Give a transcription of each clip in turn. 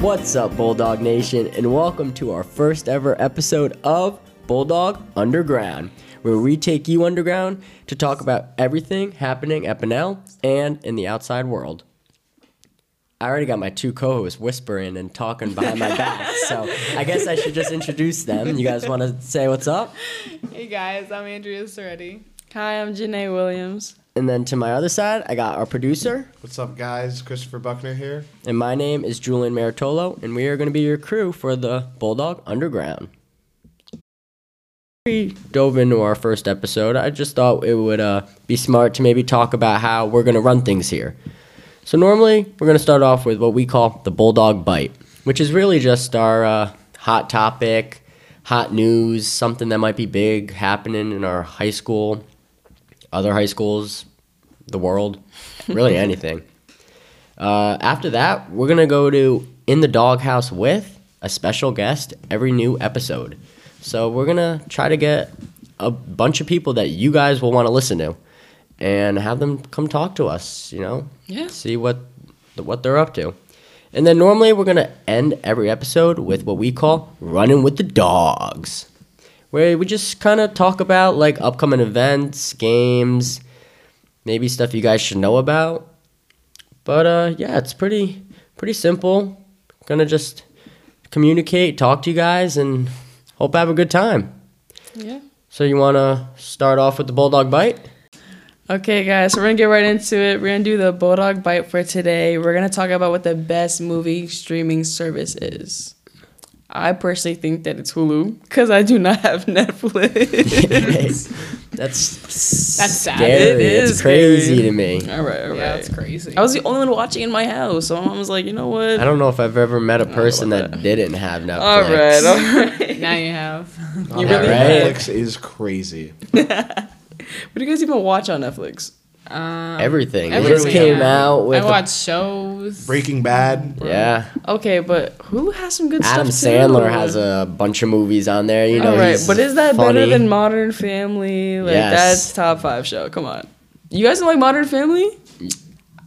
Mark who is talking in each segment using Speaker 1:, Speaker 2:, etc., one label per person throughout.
Speaker 1: What's up, Bulldog Nation, and welcome to our first ever episode of Bulldog Underground, where we take you underground to talk about everything happening at Pinnell and in the outside world. I already got my two co hosts whispering and talking behind my back, so I guess I should just introduce them. You guys want to say what's up?
Speaker 2: Hey guys, I'm Andrea Soretti.
Speaker 3: Hi, I'm Janae Williams.
Speaker 1: And then to my other side, I got our producer,
Speaker 4: What's up, guys? Christopher Buckner here.
Speaker 1: and my name is Julian Maritolo, and we are going to be your crew for the Bulldog Underground. We dove into our first episode. I just thought it would uh, be smart to maybe talk about how we're going to run things here. So, normally, we're going to start off with what we call the Bulldog Bite, which is really just our uh, hot topic, hot news, something that might be big happening in our high school, other high schools, the world, really anything. Uh, after that, we're gonna go to In the Doghouse with a special guest every new episode. So we're gonna try to get a bunch of people that you guys will want to listen to, and have them come talk to us. You know,
Speaker 3: Yeah.
Speaker 1: see what what they're up to. And then normally we're gonna end every episode with what we call running with the dogs, where we just kind of talk about like upcoming events, games, maybe stuff you guys should know about. But uh, yeah, it's pretty pretty simple. Gonna just communicate, talk to you guys, and hope I have a good time.
Speaker 3: Yeah.
Speaker 1: So you wanna start off with the bulldog bite?
Speaker 3: Okay, guys, so we're gonna get right into it. We're gonna do the Bulldog Bite for today. We're gonna talk about what the best movie streaming service is. I personally think that it's Hulu because I do not have Netflix.
Speaker 1: That's
Speaker 2: That's sad.
Speaker 1: scary.
Speaker 3: It is
Speaker 1: it's crazy
Speaker 3: scary.
Speaker 1: to me.
Speaker 3: all right, all right.
Speaker 2: Yeah, it's crazy.
Speaker 3: I was the only one watching in my house, so my mom was like, you know what?
Speaker 1: I don't know if I've ever met a person
Speaker 3: about
Speaker 1: that didn't have Netflix.
Speaker 3: All right, all right.
Speaker 2: now you have.
Speaker 4: You
Speaker 1: really have.
Speaker 4: Netflix is crazy.
Speaker 3: what do you guys even watch on Netflix?
Speaker 2: Um,
Speaker 1: Everything. It just
Speaker 2: everything,
Speaker 1: came
Speaker 2: yeah.
Speaker 1: out with
Speaker 2: I
Speaker 1: a-
Speaker 2: watch shows.
Speaker 4: Breaking Bad.
Speaker 1: yeah.
Speaker 3: Okay, but Hulu has some good
Speaker 1: Adam
Speaker 3: stuff.
Speaker 1: Sandler
Speaker 3: too.
Speaker 1: has a bunch of movies on there. You know,
Speaker 3: All right,
Speaker 1: he's
Speaker 3: but is that
Speaker 1: funny.
Speaker 3: better than Modern Family? Like
Speaker 1: Yes.
Speaker 3: that's top five show. Come on, you guys don't like Modern Family?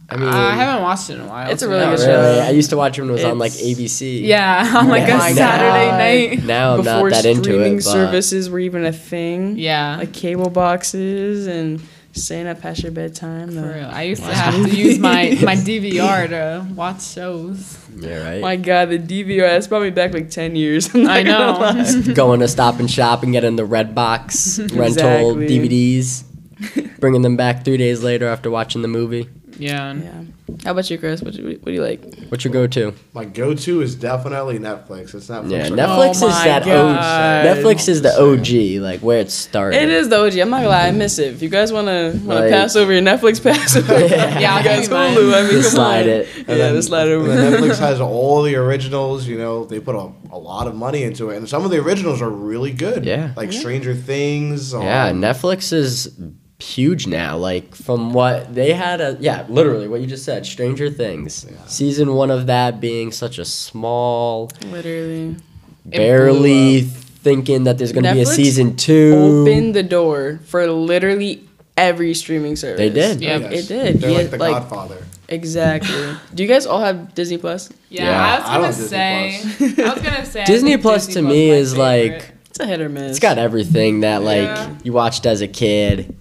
Speaker 1: I mean,
Speaker 2: I haven't watched it in a while.
Speaker 3: It's a
Speaker 2: so-
Speaker 3: really
Speaker 1: not
Speaker 3: good
Speaker 1: Oh, really.
Speaker 3: show.
Speaker 1: I used to watch him when it was on like
Speaker 3: uh, It's-
Speaker 1: ABC.
Speaker 2: Yeah, on like
Speaker 1: Oh
Speaker 2: a
Speaker 1: my
Speaker 2: Saturday night.
Speaker 1: Now I'm not that into
Speaker 3: streaming
Speaker 1: it. But
Speaker 3: services were even a thing,
Speaker 2: Yeah,
Speaker 3: like cable boxes and staying up past your bedtime.
Speaker 2: for
Speaker 3: The,
Speaker 2: real. I used to have to use my my DVR to watch shows.
Speaker 1: Yeah, right.
Speaker 3: my God, the DVR that's probably back like ten years. I'm not
Speaker 2: I
Speaker 3: gonna
Speaker 2: know.
Speaker 3: lie.
Speaker 1: going to Stop and Shop and getting the red box rental
Speaker 3: Exactly.
Speaker 1: DVDs, bringing them back three days later after watching the movie.
Speaker 2: Yeah.
Speaker 3: Yeah. How about you, Chris? What do you, what do you like?
Speaker 1: What's your go-to?
Speaker 4: My go-to is definitely Netflix. It's Netflix.
Speaker 1: Yeah,
Speaker 4: or-
Speaker 1: Netflix
Speaker 3: Oh
Speaker 1: is
Speaker 3: my
Speaker 1: that
Speaker 3: God.
Speaker 1: OG. Netflix is the OG, like where it started.
Speaker 3: It is the OG. I'm not gonna lie, I miss it. If you guys wanna wanna
Speaker 1: Like-
Speaker 3: pass over your Netflix pass,
Speaker 2: Yeah, I'll
Speaker 3: you
Speaker 2: give
Speaker 3: guys
Speaker 2: you mine.
Speaker 3: Hulu. I mean,
Speaker 1: Just
Speaker 3: come
Speaker 1: slide
Speaker 3: on.
Speaker 1: it.
Speaker 3: Yeah,
Speaker 4: And then-
Speaker 3: the slide
Speaker 4: and
Speaker 3: over.
Speaker 4: then Netflix has all the originals. You know, they put a, a lot of money into it, and some of the originals are really good.
Speaker 1: Yeah.
Speaker 4: like Stranger Things. um,
Speaker 1: Yeah, Netflix is huge now. Like from what they had a yeah, literally what you just said, Stranger Things. Season 1 of that being such a small
Speaker 3: Literally.
Speaker 1: barely thinking that there's going to be a
Speaker 3: Netflix
Speaker 1: season 2.
Speaker 3: Opened the door for literally every streaming service.
Speaker 1: They did.
Speaker 2: Yeah.
Speaker 4: yes.
Speaker 3: It did.
Speaker 4: They're
Speaker 3: Yeah,
Speaker 4: like the
Speaker 3: like-
Speaker 4: Godfather.
Speaker 3: Exactly. Do you guys all have Disney Plus?
Speaker 2: Yeah,
Speaker 1: Yeah.
Speaker 4: I
Speaker 2: I was
Speaker 4: love
Speaker 2: gonna
Speaker 4: Disney
Speaker 2: say. I was gonna say. I
Speaker 1: Disney
Speaker 2: think
Speaker 1: Plus to
Speaker 2: Plus
Speaker 1: me
Speaker 2: my
Speaker 1: is like
Speaker 2: favorite.
Speaker 3: It's a hit or miss.
Speaker 1: it's got everything that like
Speaker 2: Yeah.
Speaker 1: you watched as a kid,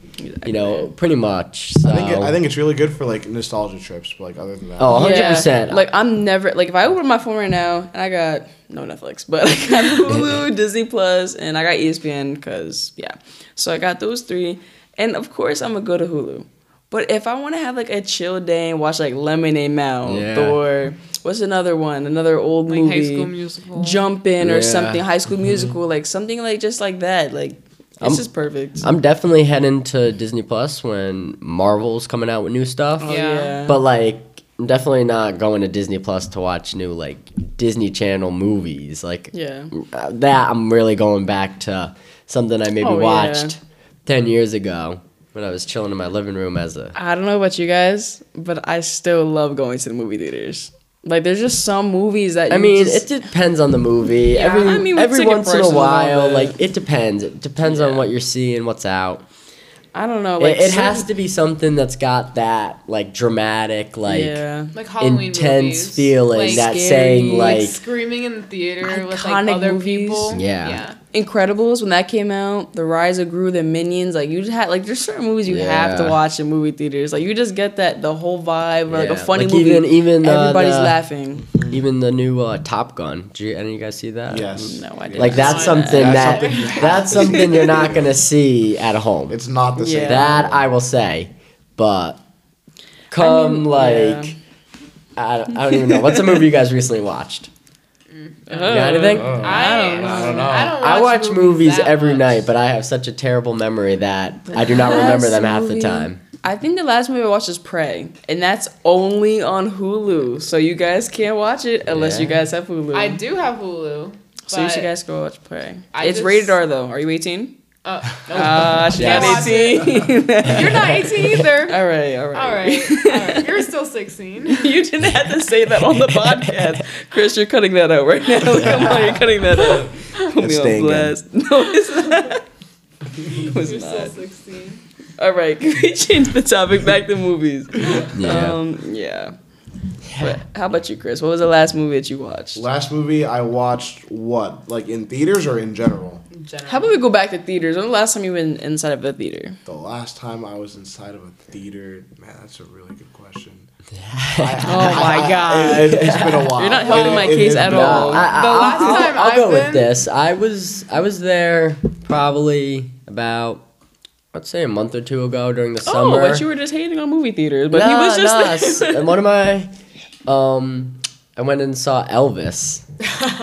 Speaker 1: you know, pretty much. So.
Speaker 4: I think it, I think it's really good for like nostalgia trips. But like other than that,
Speaker 1: Oh,
Speaker 3: Yeah.
Speaker 1: 100%.
Speaker 3: Like I'm never like if I open my phone right now and I got no Netflix, but I got Hulu, Disney Plus, and I got E ESPN because yeah. So I got those three, and of course I'm gonna go to Hulu. But if I want to have like a chill day and watch like Lemonade Mouth
Speaker 1: Yeah.
Speaker 3: or what's another one, another old
Speaker 2: Like
Speaker 3: movie,
Speaker 2: High School Musical.
Speaker 3: Jump In
Speaker 1: Yeah. Mm-hmm.
Speaker 3: or something, High School Musical, like something like just like that, like.
Speaker 1: I'm-
Speaker 3: This is perfect.
Speaker 1: I'm definitely heading to Disney Plus when Marvel's coming out with new stuff.
Speaker 3: Oh,
Speaker 2: yeah.
Speaker 1: But like, I'm definitely not going to Disney Plus to watch new like Disney Channel movies. Like
Speaker 3: yeah.
Speaker 1: uh, that, I'm really going back to something I maybe
Speaker 3: Oh, yeah.
Speaker 1: watched ten years ago when I was chilling in my living room as a.
Speaker 3: I don't know about you guys, but I still love going to the movie theaters. Like, there's just some movies that
Speaker 1: I
Speaker 3: you
Speaker 1: mean,
Speaker 3: just-
Speaker 1: it depends on the movie. every
Speaker 3: I mean, we
Speaker 1: every
Speaker 3: took it
Speaker 1: once in a
Speaker 3: personal,
Speaker 1: while,
Speaker 3: but-
Speaker 1: like it depends. It depends on what you're seeing, what's out.
Speaker 3: I don't know.
Speaker 1: It,
Speaker 3: Like
Speaker 1: it has to be something that's got that like dramatic, like
Speaker 3: yeah.
Speaker 2: Like Halloween
Speaker 1: intense
Speaker 2: movies.
Speaker 1: feeling
Speaker 2: Like,
Speaker 1: that
Speaker 3: scary,
Speaker 1: saying
Speaker 2: like,
Speaker 1: like
Speaker 2: screaming in the theater with like
Speaker 3: Iconic
Speaker 2: other
Speaker 3: movies.
Speaker 2: people.
Speaker 1: Yeah.
Speaker 3: Incredibles when that came out, The Rise of Gru, The Minions, like you just had like there's certain movies you have to
Speaker 1: Yeah.
Speaker 3: watch in movie theaters. Like you just get that the whole vibe or like a
Speaker 1: Yeah,
Speaker 3: funny
Speaker 1: like,
Speaker 3: movie.
Speaker 1: even- even, uh,
Speaker 3: everybody's
Speaker 1: the-
Speaker 3: laughing.
Speaker 1: even the new uh, Top Gun. Did you, any of you guys see that?
Speaker 4: Yes.
Speaker 3: No, I didn't.
Speaker 1: Like that's
Speaker 2: Yeah.
Speaker 1: something
Speaker 4: That's
Speaker 1: that
Speaker 4: something you have
Speaker 1: that's something you're not gonna see at home.
Speaker 4: It's not the same.
Speaker 3: Yeah.
Speaker 1: That I will say, but come like
Speaker 3: yeah.
Speaker 1: I, don't, I don't even know what's a movie you guys recently watched. You got anything?
Speaker 4: Oh.
Speaker 2: I,
Speaker 3: don't-
Speaker 4: I don't know.
Speaker 1: I watch movies
Speaker 2: that
Speaker 1: every
Speaker 2: much.
Speaker 1: night, but I have such a terrible memory that I do not remember them half the
Speaker 3: Movie.
Speaker 1: time.
Speaker 3: I think the last movie I watched is Prey, and that's only on Hulu. So you guys can't watch it unless you
Speaker 1: Yeah.
Speaker 3: guys have Hulu.
Speaker 2: I do have Hulu.
Speaker 3: so you
Speaker 2: but-
Speaker 3: should guys go watch Prey.
Speaker 2: I
Speaker 3: it's
Speaker 2: just-
Speaker 3: rated R though. Are you 18?
Speaker 2: Uh, no.
Speaker 3: Uh, she's
Speaker 1: Yes.
Speaker 3: not 18.
Speaker 1: Oh.
Speaker 2: You're not 18 either.
Speaker 3: all right, all right.
Speaker 2: All right. All right. You're still 16.
Speaker 3: You didn't have to say that on the podcast. Chris, you're cutting that out right now. Like, I'm like, you're cutting that out. Put me
Speaker 4: staying
Speaker 3: on
Speaker 4: in.
Speaker 3: blast. No, it's not. It was
Speaker 2: You're still
Speaker 3: not.
Speaker 2: 16.
Speaker 3: All right, can we change the topic back to movies?
Speaker 1: Yeah.
Speaker 3: Um, yeah. But how about you, Chris? What was the last movie that you watched?
Speaker 4: Last movie I watched what? Like in theaters or in general?
Speaker 2: In
Speaker 3: How
Speaker 2: general.
Speaker 3: about we go back to theaters? When was the last time you been inside of a theater?
Speaker 4: The last time I was inside of a theater, man, that's a really good question.
Speaker 3: Oh my God.
Speaker 4: It, has been a while.
Speaker 3: You're not helping my case
Speaker 4: has
Speaker 3: at
Speaker 4: been a
Speaker 3: all.
Speaker 4: while.
Speaker 1: I, I,
Speaker 2: The last
Speaker 1: will
Speaker 2: time
Speaker 1: I'll
Speaker 2: I've
Speaker 1: go
Speaker 2: been-
Speaker 1: with this. I was I was there probably about I'd say a month or two ago during the
Speaker 3: Oh,
Speaker 1: summer.
Speaker 3: but you were just hating on movie theaters. But he
Speaker 1: Nah,
Speaker 3: was
Speaker 1: nah,
Speaker 3: just
Speaker 1: s-
Speaker 3: there.
Speaker 1: and one of my um I went and saw Elvis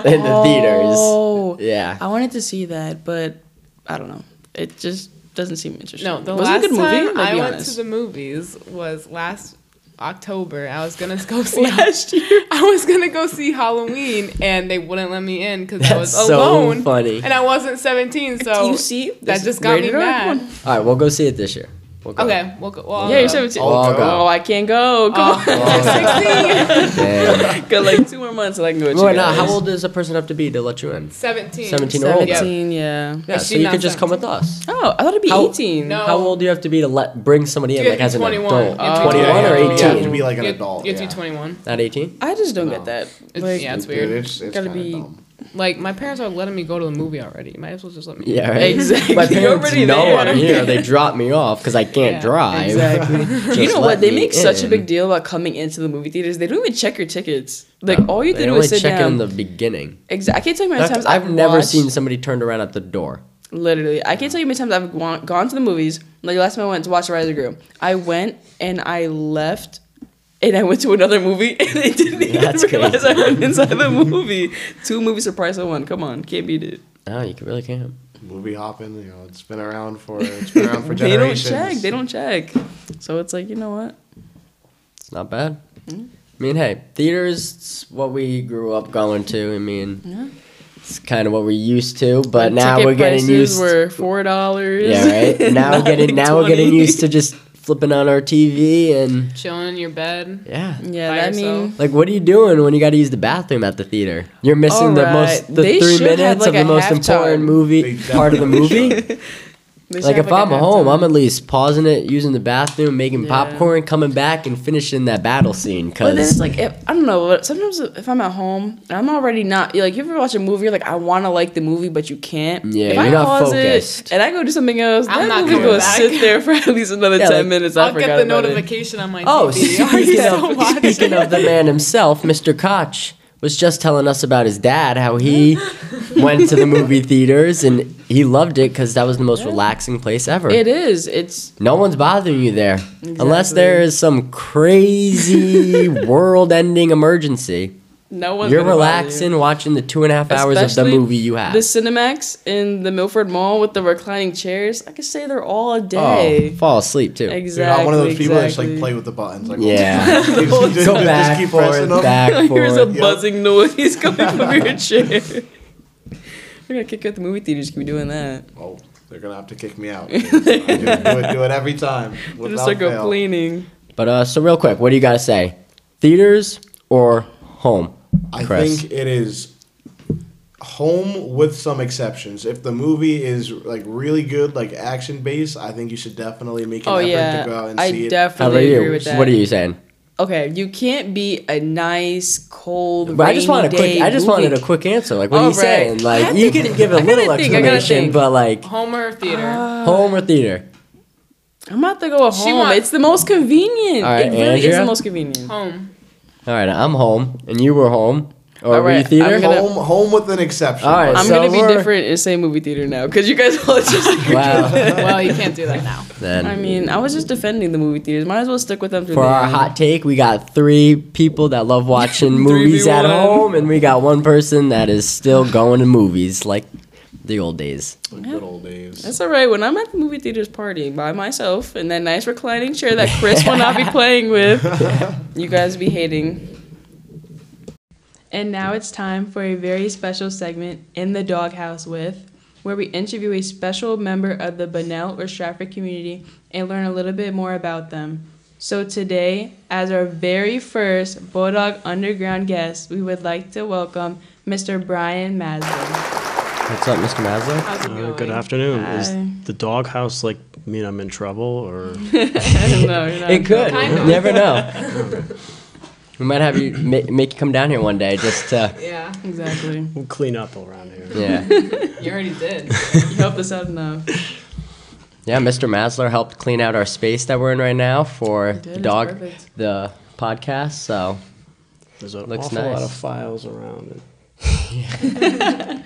Speaker 1: in the theaters.
Speaker 3: Oh.
Speaker 1: Yeah.
Speaker 3: I wanted to see that, but I don't know. It just doesn't seem interesting.
Speaker 2: No, the
Speaker 3: Was it
Speaker 2: last
Speaker 3: a good movie?
Speaker 2: time
Speaker 3: Like,
Speaker 2: I
Speaker 3: be
Speaker 2: went
Speaker 3: honest.
Speaker 2: to the movies was last October. I was gonna go see.
Speaker 3: Last year.
Speaker 2: I was gonna go see Halloween, and they wouldn't let me in because I
Speaker 1: That's
Speaker 2: was
Speaker 1: so
Speaker 2: alone,
Speaker 1: funny.
Speaker 2: and I wasn't 17. So
Speaker 3: you see,
Speaker 2: that
Speaker 3: This
Speaker 2: just got me
Speaker 3: rated R?
Speaker 2: mad.
Speaker 3: Come
Speaker 1: All right, we'll go see it this year. We'll go.
Speaker 2: Okay, well, go- well,
Speaker 3: on.
Speaker 2: I'll
Speaker 3: Yeah, you're
Speaker 2: go.
Speaker 3: 17.
Speaker 4: I'll
Speaker 3: Oh,
Speaker 1: go.
Speaker 3: I can't go. Come
Speaker 2: Oh, I'm 16.
Speaker 1: Damn.
Speaker 3: on. Got like two more months and I can go with
Speaker 1: Wait,
Speaker 3: you
Speaker 1: now,
Speaker 3: guys.
Speaker 1: how old does a person have to be to let you in?
Speaker 2: 17.
Speaker 1: 17 or older.
Speaker 2: Yeah.
Speaker 3: 17, yeah.
Speaker 1: Yeah,
Speaker 2: Is
Speaker 1: so
Speaker 2: she
Speaker 1: you
Speaker 2: not
Speaker 1: could just come with us.
Speaker 3: Oh, I thought it'd be
Speaker 1: How-
Speaker 3: 18.
Speaker 2: No.
Speaker 1: How old do you have to be to let bring somebody in
Speaker 2: You
Speaker 1: like
Speaker 2: have
Speaker 1: as
Speaker 2: to
Speaker 1: an
Speaker 2: be 21.
Speaker 1: adult?
Speaker 2: You have to be
Speaker 1: Twenty one or
Speaker 2: 21.
Speaker 4: You have to
Speaker 1: eighteen?
Speaker 4: be like an
Speaker 2: You-
Speaker 4: adult.
Speaker 2: You have
Speaker 4: yeah.
Speaker 2: to be 21.
Speaker 1: Not eighteen?
Speaker 3: I just don't
Speaker 4: No.
Speaker 3: get that.
Speaker 2: It's,
Speaker 3: Like,
Speaker 2: yeah, it's weird.
Speaker 4: Dude, it's, it's
Speaker 3: Gotta
Speaker 4: kinda
Speaker 3: be-
Speaker 4: dumb.
Speaker 2: Like my parents are letting me go to the movie already. You might as well just let me.
Speaker 1: Yeah, right.
Speaker 3: Exactly.
Speaker 1: My
Speaker 3: You're
Speaker 1: parents
Speaker 3: already
Speaker 1: know
Speaker 3: there.
Speaker 1: I'm here. They drop me off because I can't
Speaker 2: Yeah,
Speaker 1: drive.
Speaker 3: exactly.
Speaker 1: Just
Speaker 3: you know what?
Speaker 1: let
Speaker 3: They
Speaker 1: me
Speaker 3: make such a
Speaker 1: in.
Speaker 3: big deal about coming into the movie theaters. They don't even check your tickets. Like, all you
Speaker 1: They
Speaker 3: did
Speaker 1: only
Speaker 3: was sit
Speaker 1: check
Speaker 3: down.
Speaker 1: in the beginning.
Speaker 3: exactly. I can't tell you how many times
Speaker 1: I've, never
Speaker 3: watched-
Speaker 1: seen somebody turned around at the door.
Speaker 3: Literally, I can't tell you how many times I've gone, gone to the movies. Like last time I went to watch Rise of Gru, I went and I left, and I went to another movie, and I didn't even
Speaker 1: That's
Speaker 3: realize
Speaker 1: crazy.
Speaker 3: I went inside the movie. Two movies for price of one. Come on, can't beat it.
Speaker 1: No, Oh, you c- really can't.
Speaker 4: movie hopping. You know, it's been around for it's been around for
Speaker 3: They don't
Speaker 4: generations.
Speaker 3: check. They don't check. So it's like you know what?
Speaker 1: It's not bad.
Speaker 3: Mm.
Speaker 1: I mean, hey, theater is what we grew up going to. I mean, it's kind of what we're used to, but
Speaker 3: Like,
Speaker 1: now
Speaker 3: ticket
Speaker 1: we're getting
Speaker 3: prices
Speaker 1: used.
Speaker 3: Were four dollars.
Speaker 1: yeah, right. Now we're getting now we're getting used to just flipping on our TV and
Speaker 2: Chilling in your bed.
Speaker 1: yeah.
Speaker 3: Yeah,
Speaker 2: By
Speaker 3: that
Speaker 2: yourself.
Speaker 3: mean
Speaker 1: Like, what are you doing when you got to use the bathroom at the theater? You're missing the most
Speaker 3: Alright,
Speaker 1: the
Speaker 3: they
Speaker 1: three
Speaker 3: should have,
Speaker 1: minutes of
Speaker 3: like,
Speaker 1: the
Speaker 3: a
Speaker 1: most
Speaker 3: halftime.
Speaker 1: important movie
Speaker 4: They
Speaker 1: part of the
Speaker 4: definitely
Speaker 1: movie.
Speaker 3: they should
Speaker 1: Like
Speaker 3: have,
Speaker 1: if
Speaker 3: a
Speaker 1: I'm home,
Speaker 3: halftime.
Speaker 1: I'm at least pausing it, using the bathroom, making
Speaker 3: Yeah.
Speaker 1: popcorn, coming back and finishing that battle scene.
Speaker 3: But then it's
Speaker 1: Cause
Speaker 3: like if, I don't know. But sometimes if I'm at home, and I'm already not like. You ever watch a movie? You're like I want to like the movie, but you can't.
Speaker 1: Yeah,
Speaker 3: if
Speaker 1: you're
Speaker 3: I
Speaker 1: not
Speaker 3: pause
Speaker 1: focused.
Speaker 3: It, and I go do something else.
Speaker 2: I'm
Speaker 3: I'm that
Speaker 2: not
Speaker 3: movie
Speaker 2: coming
Speaker 3: gonna
Speaker 2: back.
Speaker 3: sit there for at least another
Speaker 1: Yeah,
Speaker 3: ten
Speaker 1: like,
Speaker 3: minutes. I
Speaker 2: I'll
Speaker 3: forgot
Speaker 2: get the
Speaker 3: about it.
Speaker 2: notification on my
Speaker 1: oh,
Speaker 2: TV. I
Speaker 1: speaking
Speaker 2: still
Speaker 1: of
Speaker 2: watch it.
Speaker 1: speaking of the man himself, Mr. Koch was just telling us about his dad, how he went to the movie theaters and he loved it because that was the most relaxing place ever.
Speaker 3: It is. It's
Speaker 1: No one's bothering you there. Unless there is some crazy world ending emergency.
Speaker 3: no one's.
Speaker 1: You're
Speaker 3: gonna bother you.
Speaker 1: relaxing watching the two and a half hours of
Speaker 3: Especially
Speaker 1: the movie you have.
Speaker 3: The Cinemax in the Milford Mall with the reclining chairs. I could say they're all a
Speaker 1: oh,
Speaker 3: day.
Speaker 1: fall asleep too.
Speaker 3: Exactly.
Speaker 4: You're not one of those people that's
Speaker 3: exactly.
Speaker 4: like play with the buttons. Like
Speaker 1: Yeah.
Speaker 4: just- just- just-
Speaker 1: Go
Speaker 4: just
Speaker 1: back,
Speaker 4: keep
Speaker 1: forth,
Speaker 4: pressing them.
Speaker 1: back,
Speaker 3: Here's a
Speaker 1: forth.
Speaker 4: Yep.
Speaker 3: buzzing noise coming from your chair. We're gonna kick you out the movie theaters. Keep doing that.
Speaker 4: Oh, they're gonna have to kick me out. I do, it, do it every time.
Speaker 3: We're
Speaker 4: without
Speaker 3: just like
Speaker 4: fail.
Speaker 3: complaining.
Speaker 1: But uh, so real quick, what do you gotta say? Theaters or home?
Speaker 4: I
Speaker 1: Chris.
Speaker 4: think it is. Home with some exceptions. If the movie is like really good, like action based, I think you should definitely make an
Speaker 3: Oh
Speaker 4: effort
Speaker 3: yeah,
Speaker 4: to go out and see
Speaker 3: I
Speaker 4: it.
Speaker 1: How about
Speaker 3: definitely agree
Speaker 1: you?
Speaker 3: with that.
Speaker 1: What are you saying?
Speaker 3: Okay, you can't be a nice cold.
Speaker 1: But I just want a
Speaker 3: rainy
Speaker 1: quick.
Speaker 3: day
Speaker 1: I just wanted a
Speaker 3: movie.
Speaker 1: quick answer. Like, what are
Speaker 3: All
Speaker 1: you
Speaker 3: right.
Speaker 1: saying?
Speaker 3: I
Speaker 1: Like,
Speaker 3: have
Speaker 1: you
Speaker 3: to-
Speaker 1: can give a
Speaker 3: I gotta
Speaker 1: little
Speaker 3: think, I gotta
Speaker 1: explanation,
Speaker 3: think. Uh,
Speaker 1: but like
Speaker 2: Homer theater.
Speaker 1: home or theater?
Speaker 3: I'm about to go with
Speaker 2: She
Speaker 3: home.
Speaker 2: want-
Speaker 3: it's the most convenient.
Speaker 1: All right,
Speaker 3: it really is
Speaker 1: Andrea?
Speaker 3: the most convenient.
Speaker 2: Home.
Speaker 1: All right, I'm home, and you were home, or
Speaker 3: All
Speaker 1: were you
Speaker 3: right,
Speaker 1: theater?
Speaker 3: I'm gonna-
Speaker 4: home, home with an exception.
Speaker 1: All right.
Speaker 4: but
Speaker 3: I'm
Speaker 1: so
Speaker 3: gonna be
Speaker 1: we're-
Speaker 3: different and say movie theater now because you guys all just. Agree.
Speaker 1: Wow.
Speaker 2: well, you can't do that now.
Speaker 1: then
Speaker 3: I mean, I was just defending the movie theaters. Might as well stick with them through
Speaker 1: for
Speaker 3: the
Speaker 1: our
Speaker 3: end.
Speaker 1: hot take, we got three people that love watching movies at
Speaker 3: 3v1.
Speaker 1: home, and we got one person that is still going to movies like the old days.
Speaker 4: the Good old days.
Speaker 3: That's all right. When I'm at the movie theaters partying by myself in that nice reclining chair that Chris will not be playing with, you guys be hating. And now it's time for a very special segment in the doghouse with, where we interview a special member of the Bunnell or Stratford community and learn a little bit more about them. So today, as our very first Bulldog Underground guest, we would like to welcome Mr. Brian Maslin.
Speaker 1: What's up, Mr. Maslow?
Speaker 3: How's it
Speaker 5: Uh,
Speaker 3: going?
Speaker 5: good afternoon.
Speaker 3: Hi.
Speaker 5: Is the doghouse like mean I'm in trouble or?
Speaker 3: no, you're not.
Speaker 1: It could.
Speaker 2: Kind of.
Speaker 1: Never know. we might have you ma- make you come down here one day just to.
Speaker 2: Yeah,
Speaker 3: Exactly.
Speaker 5: we'll clean up around here.
Speaker 1: Yeah.
Speaker 2: you already did.
Speaker 3: You helped us out enough.
Speaker 1: Yeah, Mr. Masler helped clean out our space that we're in right now for
Speaker 3: did,
Speaker 1: the
Speaker 3: it's
Speaker 1: dog,
Speaker 3: perfect.
Speaker 1: the podcast. So
Speaker 5: There's an
Speaker 1: Looks
Speaker 5: awful lot of
Speaker 1: nice.
Speaker 5: files around it.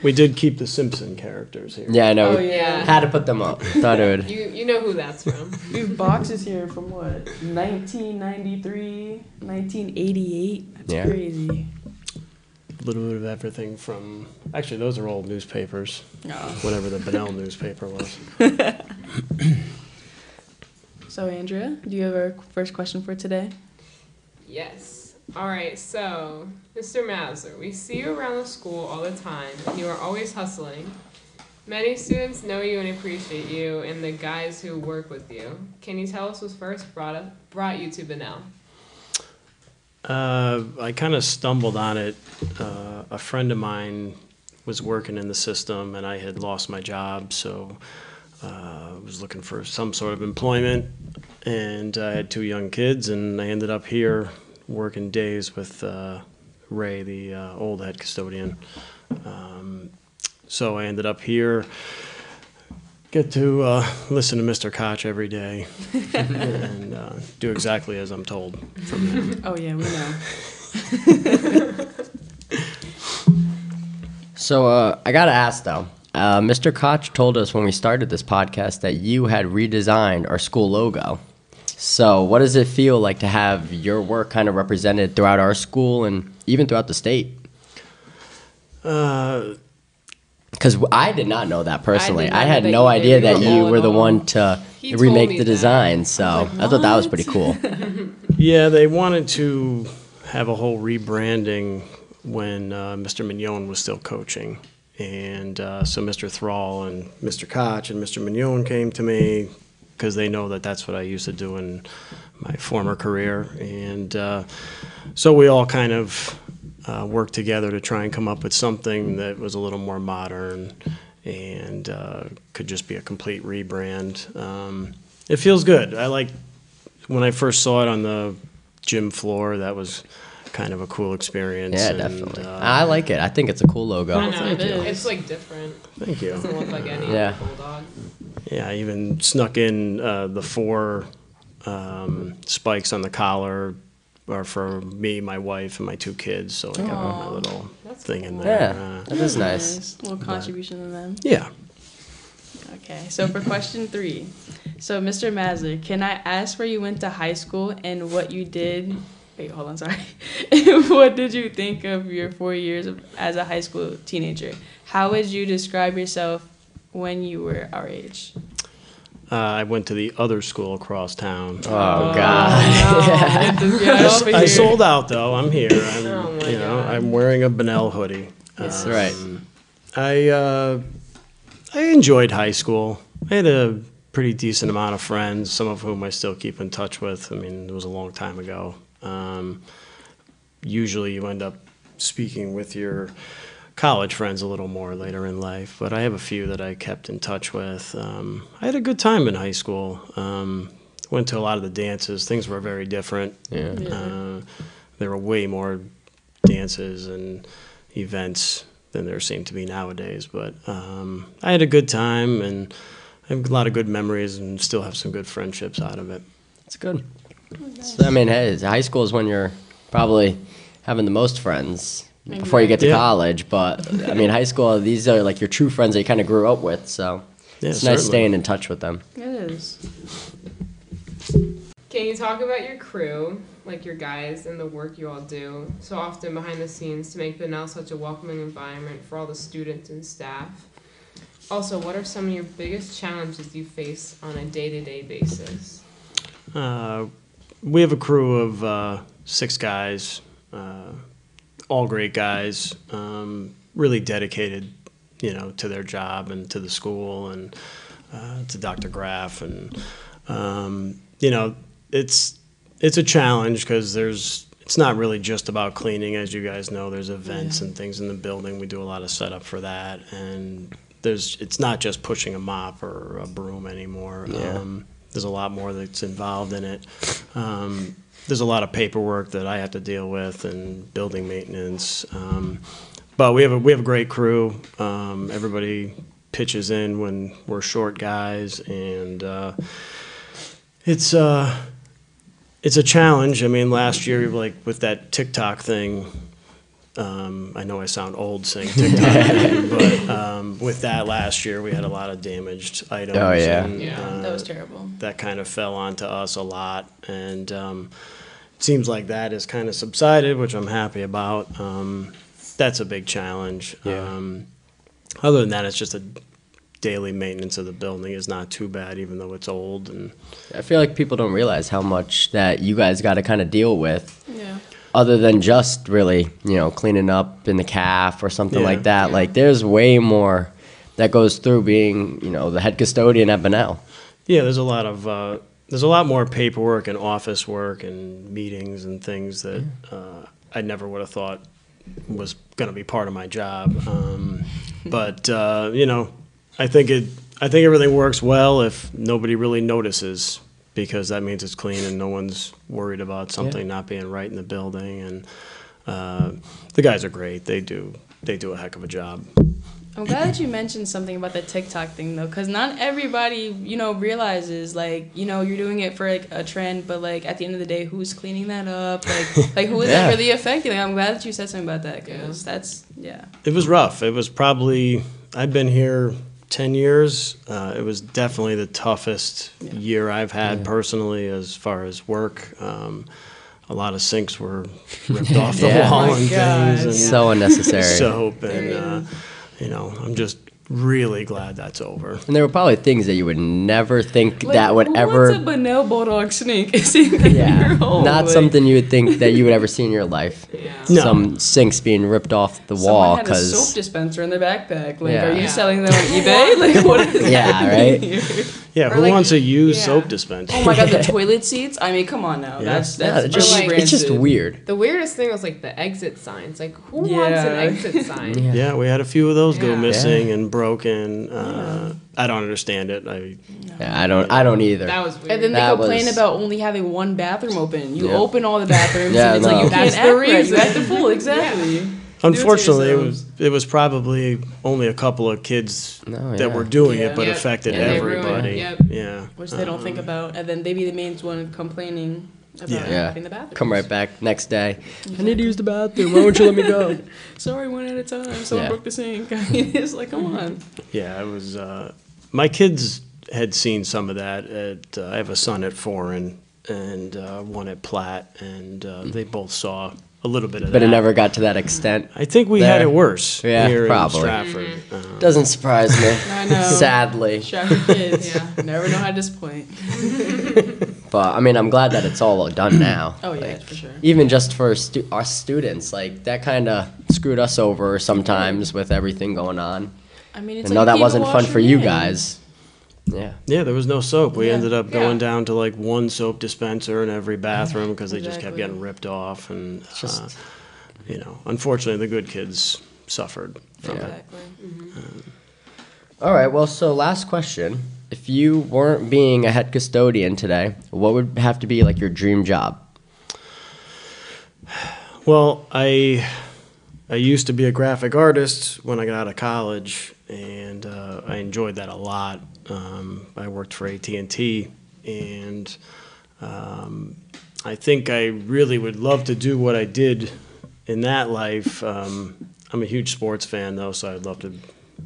Speaker 5: we did keep the Simpson characters here.
Speaker 1: yeah, I know
Speaker 3: Oh
Speaker 1: we
Speaker 2: yeah.
Speaker 1: had to put them up. Thought it would.
Speaker 2: You you know who that's from.
Speaker 3: We have boxes here from what? 1993, 1988. That's
Speaker 1: Yeah.
Speaker 3: crazy.
Speaker 5: A little bit of everything from actually those are old newspapers. Whatever the Benell newspaper was.
Speaker 3: So, Andrea, do you have our first question for today?
Speaker 6: Yes. All right, so, Mr. Mauser, we see you around the school all the time, and you are always hustling. Many students know you and appreciate you and the guys who work with you. Can you tell us what first brought, up, brought you to Benel?
Speaker 5: Uh, I kind of stumbled on it. Uh, a friend of mine was working in the system, and I had lost my job, so uh, I was looking for some sort of employment. And I had two young kids, and I ended up here working days with uh, Ray, the uh, old head custodian. Um, so I ended up here. Get to uh, listen to Mr. Koch every day and uh, do exactly as I'm told.
Speaker 3: Oh, yeah, we know.
Speaker 1: So uh, I gotta ask though. Uh, Mr. Koch told us when we started this podcast that you had redesigned our school logo. So what does it feel like to have your work kind of represented throughout our school and even throughout the state?
Speaker 5: Uh,
Speaker 1: Because I did not know that personally.
Speaker 6: not
Speaker 1: I,
Speaker 6: know
Speaker 1: had
Speaker 6: that
Speaker 1: no
Speaker 6: you
Speaker 1: idea
Speaker 6: did. You
Speaker 1: that
Speaker 6: were
Speaker 1: you
Speaker 6: all in
Speaker 1: were the
Speaker 6: all.
Speaker 1: one to
Speaker 6: He told
Speaker 1: remake
Speaker 6: me
Speaker 1: the
Speaker 6: that.
Speaker 1: design. So I, thought that was pretty cool.
Speaker 5: Yeah, they wanted to have a whole rebranding when uh, Mr. Mignon was still coaching. And uh, so Mr. Thrall and Mr. Koch and Mr. Mignon came to me because they know that that's what I used to do in my former career. And uh, so we all kind of uh, worked together to try and come up with something that was a little more modern and uh, could just be a complete rebrand. Um, it feels good. I like when I first saw it on the gym floor, that was kind of a cool experience.
Speaker 1: Yeah,
Speaker 5: and,
Speaker 1: definitely.
Speaker 5: uh,
Speaker 1: I like it. I think it's a cool logo.
Speaker 6: I know,
Speaker 3: thank
Speaker 6: it-
Speaker 3: you.
Speaker 6: it's like different.
Speaker 5: thank
Speaker 6: It doesn't
Speaker 5: you.
Speaker 6: look like any
Speaker 1: Yeah.
Speaker 6: other bulldog.
Speaker 5: Yeah, I even snuck in uh, the four um, spikes on the collar are for me, my wife, and my two kids. So I got my little
Speaker 6: That's
Speaker 5: thing in
Speaker 6: cool.
Speaker 5: there.
Speaker 1: Yeah,
Speaker 5: Uh,
Speaker 1: that is nice.
Speaker 3: Little contribution to them.
Speaker 5: yeah.
Speaker 3: Okay, so for question three. So, Mr. Mazler, can I ask where you went to high school and what you did? Wait, hold on, sorry. what did you think of your four years of, as a high school teenager? How would you describe yourself when you were our age?
Speaker 5: Uh, I went to the other school across town. Um,
Speaker 1: Oh, God.
Speaker 3: Get this guy over
Speaker 5: I
Speaker 3: here.
Speaker 5: sold out though. I'm here. I'm,
Speaker 6: Oh, my
Speaker 5: you know,
Speaker 6: God.
Speaker 5: I'm wearing a Benel hoodie. Uh,
Speaker 1: That's right.
Speaker 5: I uh, I enjoyed high school. I had a pretty decent amount of friends, some of whom I still keep in touch with. I mean, it was a long time ago. Um, usually, you end up speaking with your college friends a little more later in life, but I have a few that I kept in touch with. Um, I had a good time in high school. Um, went to a lot of the dances. Things were very different.
Speaker 1: Yeah.
Speaker 5: Uh, there were way more dances and events than there seem to be nowadays. But um, I had a good time and I have a lot of good memories and still have some good friendships out of it.
Speaker 1: It's good. So, I mean, hey, high school is when you're probably having the most friends before you get to
Speaker 5: Yeah.
Speaker 1: college. But I mean, high school, these are like your true friends that you kind of grew up with. So
Speaker 5: Yeah,
Speaker 1: it's nice
Speaker 5: certainly.
Speaker 1: staying in touch with them.
Speaker 3: It is.
Speaker 6: Can you talk about your crew, like your guys and the work you all do so often behind the scenes to make Benel such a welcoming environment for all the students and staff? Also, what are some of your biggest challenges you face on a day to day basis?
Speaker 5: Uh, we have a crew of uh, six guys, uh, all great guys, um, really dedicated, you know, to their job and to the school and uh, to Dr. Graff, and um, you know, it's it's a challenge because there's. It's not really just about cleaning, as you guys know. There's events and things in the building. We do a lot of setup for that, and there's it's not just pushing a mop or a broom anymore.
Speaker 1: Yeah.
Speaker 5: Um, there's a lot more that's involved in it. Um, there's a lot of paperwork that I have to deal with and building maintenance. Um, but we have a we have a great crew. Um, everybody pitches in when we're short guys, and uh, it's uh, it's a challenge. I mean, last year, like with that TikTok thing, um, I know I sound old saying TikTok, thing, but um, with that last year, we had a lot of damaged items.
Speaker 1: Oh, yeah.
Speaker 5: and,
Speaker 6: Yeah.
Speaker 5: uh,
Speaker 3: That was terrible.
Speaker 5: that kind of fell onto us a lot, and um, it seems like that has kind of subsided, which I'm happy about. Um, that's a big challenge.
Speaker 1: Yeah.
Speaker 5: Um, other than that, it's just a daily maintenance of the building is not too bad, even though it's old and
Speaker 1: I feel like people don't realize how much that you guys got to kind of deal with
Speaker 3: Yeah.
Speaker 1: other than just really, you know, cleaning up in the calf or something
Speaker 5: Yeah.
Speaker 1: like that. Like there's way more that goes through being, you know, the head custodian at Benel.
Speaker 5: Yeah, there's a lot of uh, there's a lot more paperwork and office work and meetings and things that uh, I never would have thought was going to be part of my job. Um, but uh, you know, I think it I think everything works well if nobody really notices because that means it's clean and no one's worried about something not being right in the building. And uh, the guys are great; they do they do a heck of a job.
Speaker 3: I'm glad that you mentioned something about the TikTok thing though, because not everybody, you know, realizes like, you know, you're doing it for like a trend, but like at the end of the day, who's cleaning that up? Like, like who is
Speaker 1: Yeah.
Speaker 3: it really affecting? Like, I'm glad that you said something about that because that's yeah.
Speaker 5: It was rough. It was probably I've been here ten years. Uh, it was definitely the toughest year I've had personally, as far as work. Um, a lot of sinks were ripped off the
Speaker 1: Yeah.
Speaker 5: wall
Speaker 1: Oh
Speaker 2: my
Speaker 5: and
Speaker 2: God,
Speaker 5: things, and
Speaker 1: So unnecessary.
Speaker 5: soap, and uh, you know, I'm just really glad that's over.
Speaker 1: and there were probably things that you would never think that would
Speaker 3: who
Speaker 1: ever
Speaker 3: What's a banana bulldog snake? Is it like
Speaker 1: Yeah.
Speaker 3: your home?
Speaker 1: Not
Speaker 3: Like,
Speaker 1: something you would think that you would ever see in your life.
Speaker 6: Yeah.
Speaker 5: No.
Speaker 1: Some sinks being ripped off the
Speaker 3: Someone
Speaker 1: wall
Speaker 3: had a soap
Speaker 1: because
Speaker 3: dispenser in their backpack. Like,
Speaker 1: Yeah.
Speaker 3: are you
Speaker 6: Yeah.
Speaker 3: selling them on eBay? Like, what is
Speaker 1: yeah, right?
Speaker 5: Yeah,
Speaker 6: Or
Speaker 5: who
Speaker 6: like-
Speaker 5: wants a used
Speaker 6: yeah.
Speaker 5: soap dispenser?
Speaker 3: Oh my god, the toilet seats. I mean, come on now.
Speaker 5: Yeah.
Speaker 3: That's
Speaker 1: Yeah,
Speaker 3: that's
Speaker 1: it's just
Speaker 6: like-
Speaker 1: it's just
Speaker 3: branted.
Speaker 1: weird.
Speaker 6: The weirdest thing was like the exit signs. Like, who wants an
Speaker 3: Yeah.
Speaker 6: exit sign?
Speaker 1: Yeah.
Speaker 5: Yeah, we had a few of those go
Speaker 6: Yeah.
Speaker 5: missing and broken. Uh, I don't understand it. I
Speaker 1: Yeah, I don't I don't either.
Speaker 6: That was weird.
Speaker 3: And then they
Speaker 1: That
Speaker 3: complain
Speaker 1: was-
Speaker 3: about only having one bathroom open. You
Speaker 1: Yeah.
Speaker 3: open all the bathrooms,
Speaker 1: Yeah,
Speaker 3: and it's
Speaker 1: no.
Speaker 3: like you
Speaker 6: That's
Speaker 3: can't
Speaker 6: the
Speaker 3: act right. You
Speaker 6: reason.
Speaker 3: act the fool, exactly.
Speaker 5: Unfortunately, it was
Speaker 3: yourselves.
Speaker 5: it was probably only a couple of kids
Speaker 1: No, yeah.
Speaker 5: that were doing
Speaker 3: Yeah.
Speaker 5: it, but
Speaker 6: Yep.
Speaker 5: affected
Speaker 6: And they ruined it.
Speaker 5: everybody.
Speaker 6: Yep.
Speaker 5: Yeah, Uh,
Speaker 3: Which they don't think about, and then they be the main one complaining about
Speaker 5: Yeah.
Speaker 1: Yeah.
Speaker 3: having the bathroom.
Speaker 1: Come right back next day. I need to use the bathroom. Why won't you let me go?
Speaker 3: Sorry, one at a time. Someone
Speaker 1: Yeah.
Speaker 3: broke the sink. I mean, it's like, come on.
Speaker 5: yeah. It was uh, my kids had seen some of that. At uh, I have a son at Foreign and uh, one at Platt, and uh, they both saw a little bit of that.
Speaker 1: Hmm. But it never got to that extent.
Speaker 5: I think we had
Speaker 1: there.
Speaker 5: it worse
Speaker 1: Yeah,
Speaker 5: here
Speaker 1: probably.
Speaker 5: in Stratford.
Speaker 3: Mm-hmm.
Speaker 5: Uh,
Speaker 1: Doesn't surprise me.
Speaker 3: I know.
Speaker 1: Sadly.
Speaker 3: Shout out to kids.
Speaker 6: Yeah.
Speaker 3: Never know how to disappoint.
Speaker 1: But I mean, I'm glad that it's all done now.
Speaker 3: Oh, yeah,
Speaker 1: Like,
Speaker 3: for sure.
Speaker 1: Even just for stu- our students, like that kind of screwed us over sometimes with everything going on.
Speaker 3: I mean,
Speaker 1: And
Speaker 3: it's
Speaker 1: no,
Speaker 3: like
Speaker 1: that
Speaker 3: you
Speaker 1: wasn't
Speaker 3: wash
Speaker 1: fun
Speaker 3: your
Speaker 1: for you
Speaker 3: hands.
Speaker 1: guys. Yeah.
Speaker 5: yeah, there was no soap. We
Speaker 3: Yeah.
Speaker 5: ended up going
Speaker 6: Yeah.
Speaker 5: down to like one soap dispenser in every bathroom because they just kept
Speaker 3: Exactly.
Speaker 5: getting ripped off, and uh,
Speaker 1: just-
Speaker 5: you know, unfortunately, the good kids suffered from it.
Speaker 3: Exactly.
Speaker 1: All right. Well, so last question. If you weren't being a head custodian today, what would have to be like your dream job?
Speaker 5: Well, I I used to be a graphic artist when I got out of college, and uh, I enjoyed that a lot. Um, I worked for AT and T, and um, I think I really would love to do what I did in that life. Um, I'm a huge sports fan, though, so I'd love to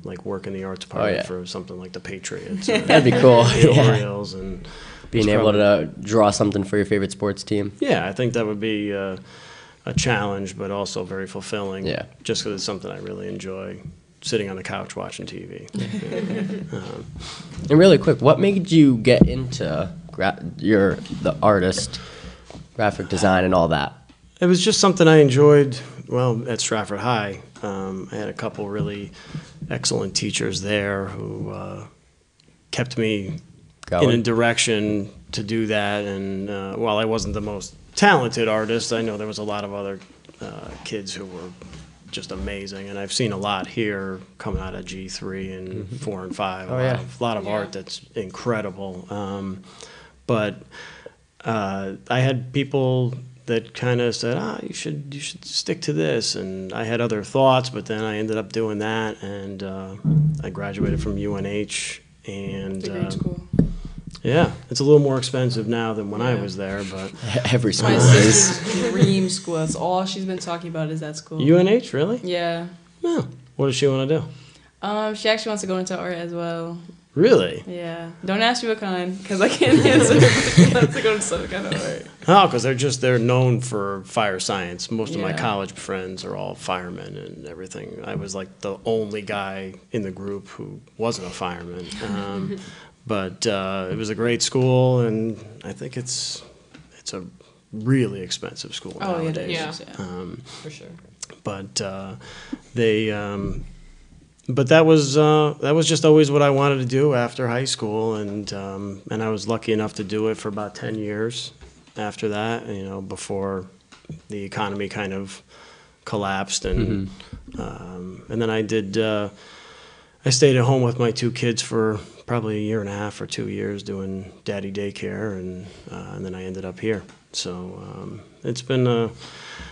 Speaker 5: like work in the arts department
Speaker 1: Oh, yeah.
Speaker 5: for something like the Patriots or the
Speaker 1: That'd be cool. yeah.
Speaker 5: Orioles, and
Speaker 1: Being able to uh, draw something for your favorite sports team.
Speaker 5: yeah, I think that would be uh, a challenge, but also very fulfilling.
Speaker 1: Yeah.
Speaker 5: Just because it's something I really enjoy sitting on the couch watching TV.
Speaker 1: And really quick, what made you get into gra- your the artist, graphic design, and all that?
Speaker 5: it was just something I enjoyed. Well, at Stratford High, um, I had a couple really excellent teachers there who uh, kept me in a
Speaker 1: Going.
Speaker 5: direction to do that. And uh, while I wasn't the most talented artist, I know there was a lot of other uh, kids who were just amazing. And I've seen a lot here coming out of G3 and 4 and 5. A lot
Speaker 1: yeah.
Speaker 5: of, lot of art that's incredible. Um, but uh, I had people that kind of said, "Ah, you should you should stick to this," and I had other thoughts, but then I ended up doing that, and uh, I graduated from UNH, and
Speaker 3: It's a great
Speaker 5: um,
Speaker 3: school.
Speaker 5: yeah, it's a little more expensive now than when I was there, but
Speaker 1: Every
Speaker 3: It's my
Speaker 1: school is.
Speaker 3: sister's dream school. That's all she's been talking about is that school.
Speaker 5: UNH really?
Speaker 3: yeah.
Speaker 5: No. What does she want to do?
Speaker 3: Um, she actually wants to go into art as well.
Speaker 5: Really?
Speaker 3: Yeah. Don't ask me what kind, because I can't answer. she wants to go to some kind of art.
Speaker 5: Oh, because they're just they're known for fire science. Most of my
Speaker 3: Yeah.
Speaker 5: college friends are all firemen and everything. I was like the only guy in the group who wasn't a fireman. Um, but uh, it was a great school, and I think it's it's a really expensive school
Speaker 3: Oh, yeah,
Speaker 5: nowadays.
Speaker 3: that is.
Speaker 6: Yeah.
Speaker 3: Yeah.
Speaker 5: Um,
Speaker 6: for sure.
Speaker 5: but uh, they um, but that was uh, that was just always what I wanted to do after high school and um, and I was lucky enough to do it for about 10 years after that you know before the economy kind of collapsed and um, and then I did uh, I stayed at home with my two kids for probably a year and a half or two years doing daddy daycare, and uh, and then I ended up here. So um, it's been a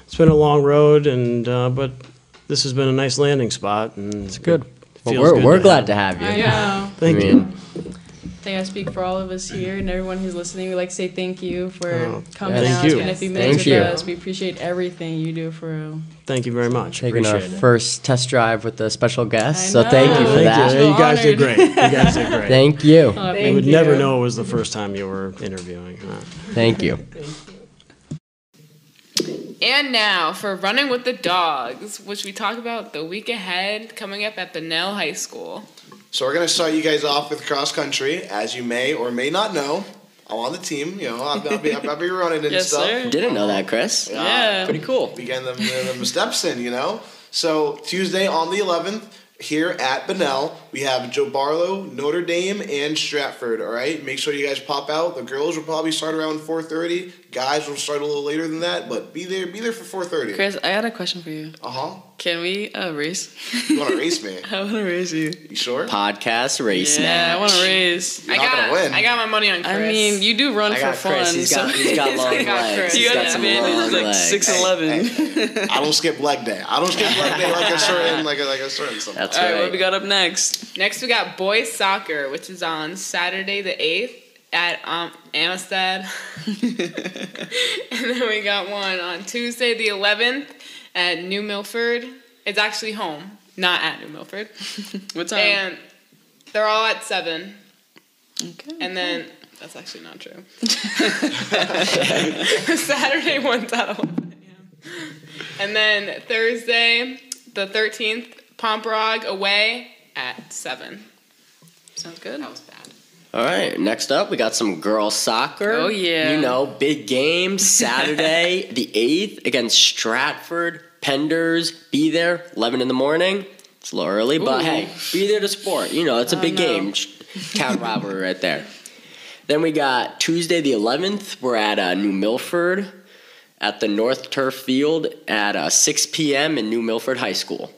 Speaker 5: it's been a long road, and uh, but this has been a nice landing spot, and it's
Speaker 1: Good.
Speaker 5: It
Speaker 1: Well,
Speaker 5: feels
Speaker 1: we're
Speaker 5: good
Speaker 1: we're
Speaker 5: to
Speaker 1: glad to
Speaker 5: have.
Speaker 1: have you.
Speaker 3: I know.
Speaker 5: Thank
Speaker 1: I
Speaker 5: you.
Speaker 1: mean,
Speaker 3: I think I speak for all of us here and everyone who's listening. We like to say thank you for
Speaker 5: Oh,
Speaker 3: coming
Speaker 1: thank
Speaker 3: out,
Speaker 5: you.
Speaker 3: spending a few
Speaker 1: Thank
Speaker 3: minutes with
Speaker 1: you.
Speaker 3: us. We appreciate everything you do for real.
Speaker 5: Thank you very much.
Speaker 1: taking our
Speaker 5: Appreciate it.
Speaker 1: first test drive with a special guest.
Speaker 3: I
Speaker 1: So thank you
Speaker 3: know.
Speaker 1: for
Speaker 5: Thank
Speaker 1: that.
Speaker 5: you. You guys did
Speaker 3: Honored.
Speaker 5: great. You guys did great.
Speaker 1: Thank you.
Speaker 3: Oh,
Speaker 5: you
Speaker 3: thank
Speaker 5: would
Speaker 3: you.
Speaker 5: never know it was the first time you were interviewing. huh?
Speaker 1: Thank you.
Speaker 6: And now for Running with the Dogs, which we talk about the week ahead coming up at the Nell High School.
Speaker 4: So we're gonna start you guys off with cross country, as you may or may not know. I'm on the team, you know. I'll, I'll, be, I'll be running and
Speaker 3: Yes,
Speaker 4: stuff.
Speaker 3: sir.
Speaker 1: Didn't know that, Chris.
Speaker 3: Yeah.
Speaker 1: Pretty cool.
Speaker 4: Be getting them, them steps in, you know. So Tuesday on the 11th, here at Benell, we have Joe Barlow, Notre Dame, and Stratford. All right, make sure you guys pop out. The girls will probably start around 4:30. Guys will start a little later than that, but be there, be there for 4:30.
Speaker 3: Chris, I got a question for you.
Speaker 4: Uh huh.
Speaker 3: Can we uh, race?
Speaker 4: You want to race me?
Speaker 3: I want to race you.
Speaker 4: You sure?
Speaker 1: Podcast race
Speaker 3: Yeah, I want to race.
Speaker 4: You're
Speaker 6: I
Speaker 4: not
Speaker 6: got
Speaker 4: gonna win.
Speaker 6: I got my money on Chris.
Speaker 3: I mean, you do run
Speaker 1: I
Speaker 3: for
Speaker 1: got
Speaker 3: fun.
Speaker 1: Chris. He's got,
Speaker 3: so-
Speaker 1: he's got long
Speaker 6: got
Speaker 1: legs.
Speaker 6: Chris.
Speaker 1: He's
Speaker 3: you
Speaker 1: got
Speaker 3: got
Speaker 1: some
Speaker 3: advantage.
Speaker 1: long
Speaker 3: He's like
Speaker 1: legs.
Speaker 3: six
Speaker 4: Hey,
Speaker 3: eleven.
Speaker 4: hey, hey. I don't skip leg day. I don't skip leg day like a certain like a, like a certain something.
Speaker 1: That's
Speaker 3: All right,
Speaker 1: right.
Speaker 3: what we got up next?
Speaker 6: Next, we got boys soccer, which is on Saturday the eighth at um, Amistad, and then we got one on Tuesday the eleventh at New Milford. It's actually home, not at New Milford,
Speaker 3: What time?
Speaker 6: and they're all at seven.
Speaker 3: okay.
Speaker 6: And then that's actually not true. Saturday one's at 11 a.m. And then Thursday, the 13th, Pomprog away at 7.
Speaker 3: sounds good.
Speaker 6: That was bad.
Speaker 1: All right, next up, we got some girls soccer.
Speaker 3: Oh, yeah.
Speaker 1: You know, big game Saturday, the 8th against Stratford, Penders. Be there, 11 in the morning. It's a little early, but
Speaker 3: Ooh.
Speaker 1: hey, be there to support. You know, it's a big
Speaker 3: know.
Speaker 1: game. Town rivalry right there. Then we got Tuesday, the 11th. We're at uh, New Milford at the North Turf Field at uh, 6 p.m. in New Milford High School.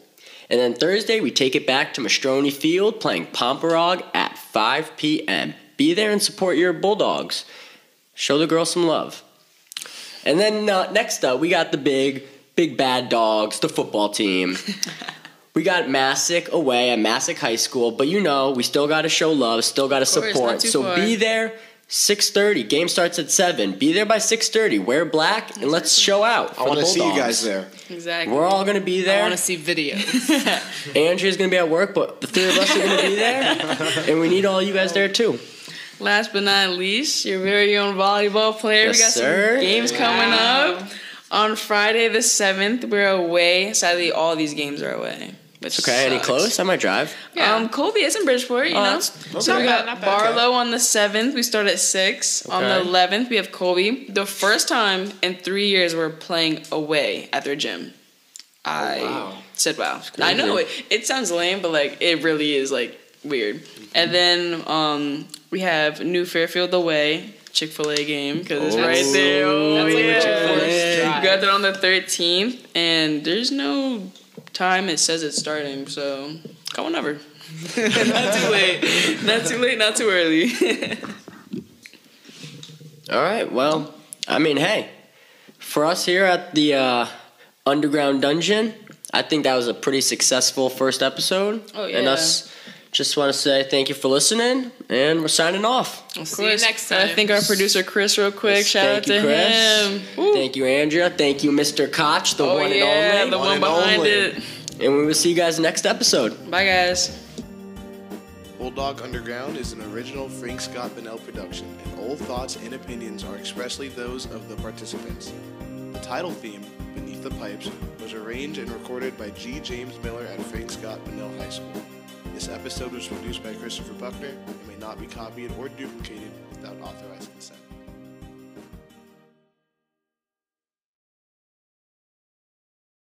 Speaker 1: And then Thursday, we take it back to Mastroni Field playing Pomperog at 5 p.m. Be there and support your Bulldogs. Show the girls some love. And then uh, next up, we got the big, big bad dogs, the football team. we got Massac away at Massac High School, but you know, we still got to show love, still got to
Speaker 3: course, not
Speaker 1: support.
Speaker 3: too
Speaker 1: So
Speaker 3: far.
Speaker 1: be there 6.30. Game starts at 7. Be there by 6.30. Wear black and let's show out.
Speaker 4: I want to see you guys there.
Speaker 3: Exactly.
Speaker 1: We're all going to be
Speaker 2: I
Speaker 1: there.
Speaker 2: want to see video.
Speaker 1: Andrea's gonna be at work, but the three of us are gonna be there, and we need all you guys there too.
Speaker 3: Last but not least, your very own volleyball player.
Speaker 1: Yes,
Speaker 3: we got
Speaker 1: sir.
Speaker 3: some games coming up. On Friday the seventh, we're away. Sadly, all these games are away. Which
Speaker 1: Okay, any
Speaker 3: sucks.
Speaker 1: close? I might drive.
Speaker 3: Um, Colby is in Bridgeport, you
Speaker 1: Oh,
Speaker 3: know.
Speaker 1: that's-
Speaker 3: So we
Speaker 6: okay.
Speaker 3: got
Speaker 6: Uh, Not bad.
Speaker 3: Barlow on the seventh. We start at six. On the
Speaker 1: Okay.
Speaker 3: eleventh, we have Colby. The first time in three years we're playing away at their gym.
Speaker 6: Oh,
Speaker 3: I said, "Wow!" I know it. It sounds lame, but like it really is like weird. And then um, we have New Fairfield away Chick Fil A game because it's right there. Oh,
Speaker 6: That's like
Speaker 3: yeah.
Speaker 6: what your first
Speaker 3: We
Speaker 6: drive.
Speaker 3: got there on the 13th, and there's no time it says it's starting, so come on over. not too late. Not too late, not too early.
Speaker 1: All right. Well, I mean, hey, for us here at the uh, Underground Dungeon, I think that was a pretty successful first episode.
Speaker 3: Oh,
Speaker 1: And
Speaker 3: yeah.
Speaker 1: us just want to say thank you for listening, and we're signing off.
Speaker 2: We'll see you next time.
Speaker 3: I think our producer Chris, real quick,
Speaker 1: Yes,
Speaker 3: shout
Speaker 1: thank
Speaker 3: out to
Speaker 1: you, Chris.
Speaker 3: him.
Speaker 1: Thank you, Andrea. Thank you, Mr. Koch, the
Speaker 3: Oh,
Speaker 1: one
Speaker 3: yeah,
Speaker 1: and
Speaker 3: the
Speaker 1: only.
Speaker 3: one
Speaker 4: and
Speaker 3: behind
Speaker 4: only.
Speaker 3: it.
Speaker 1: and we will see you guys next episode.
Speaker 3: Bye, guys.
Speaker 4: Bulldog Underground is an original Frank Scott Bennell production, and all thoughts and opinions are expressly those of the participants. The title theme, Beneath the Pipes, was arranged and recorded by G. James Miller at Frank Scott Bennell High School. This episode was produced by Christopher Buckner and may not be copied or duplicated without authorized.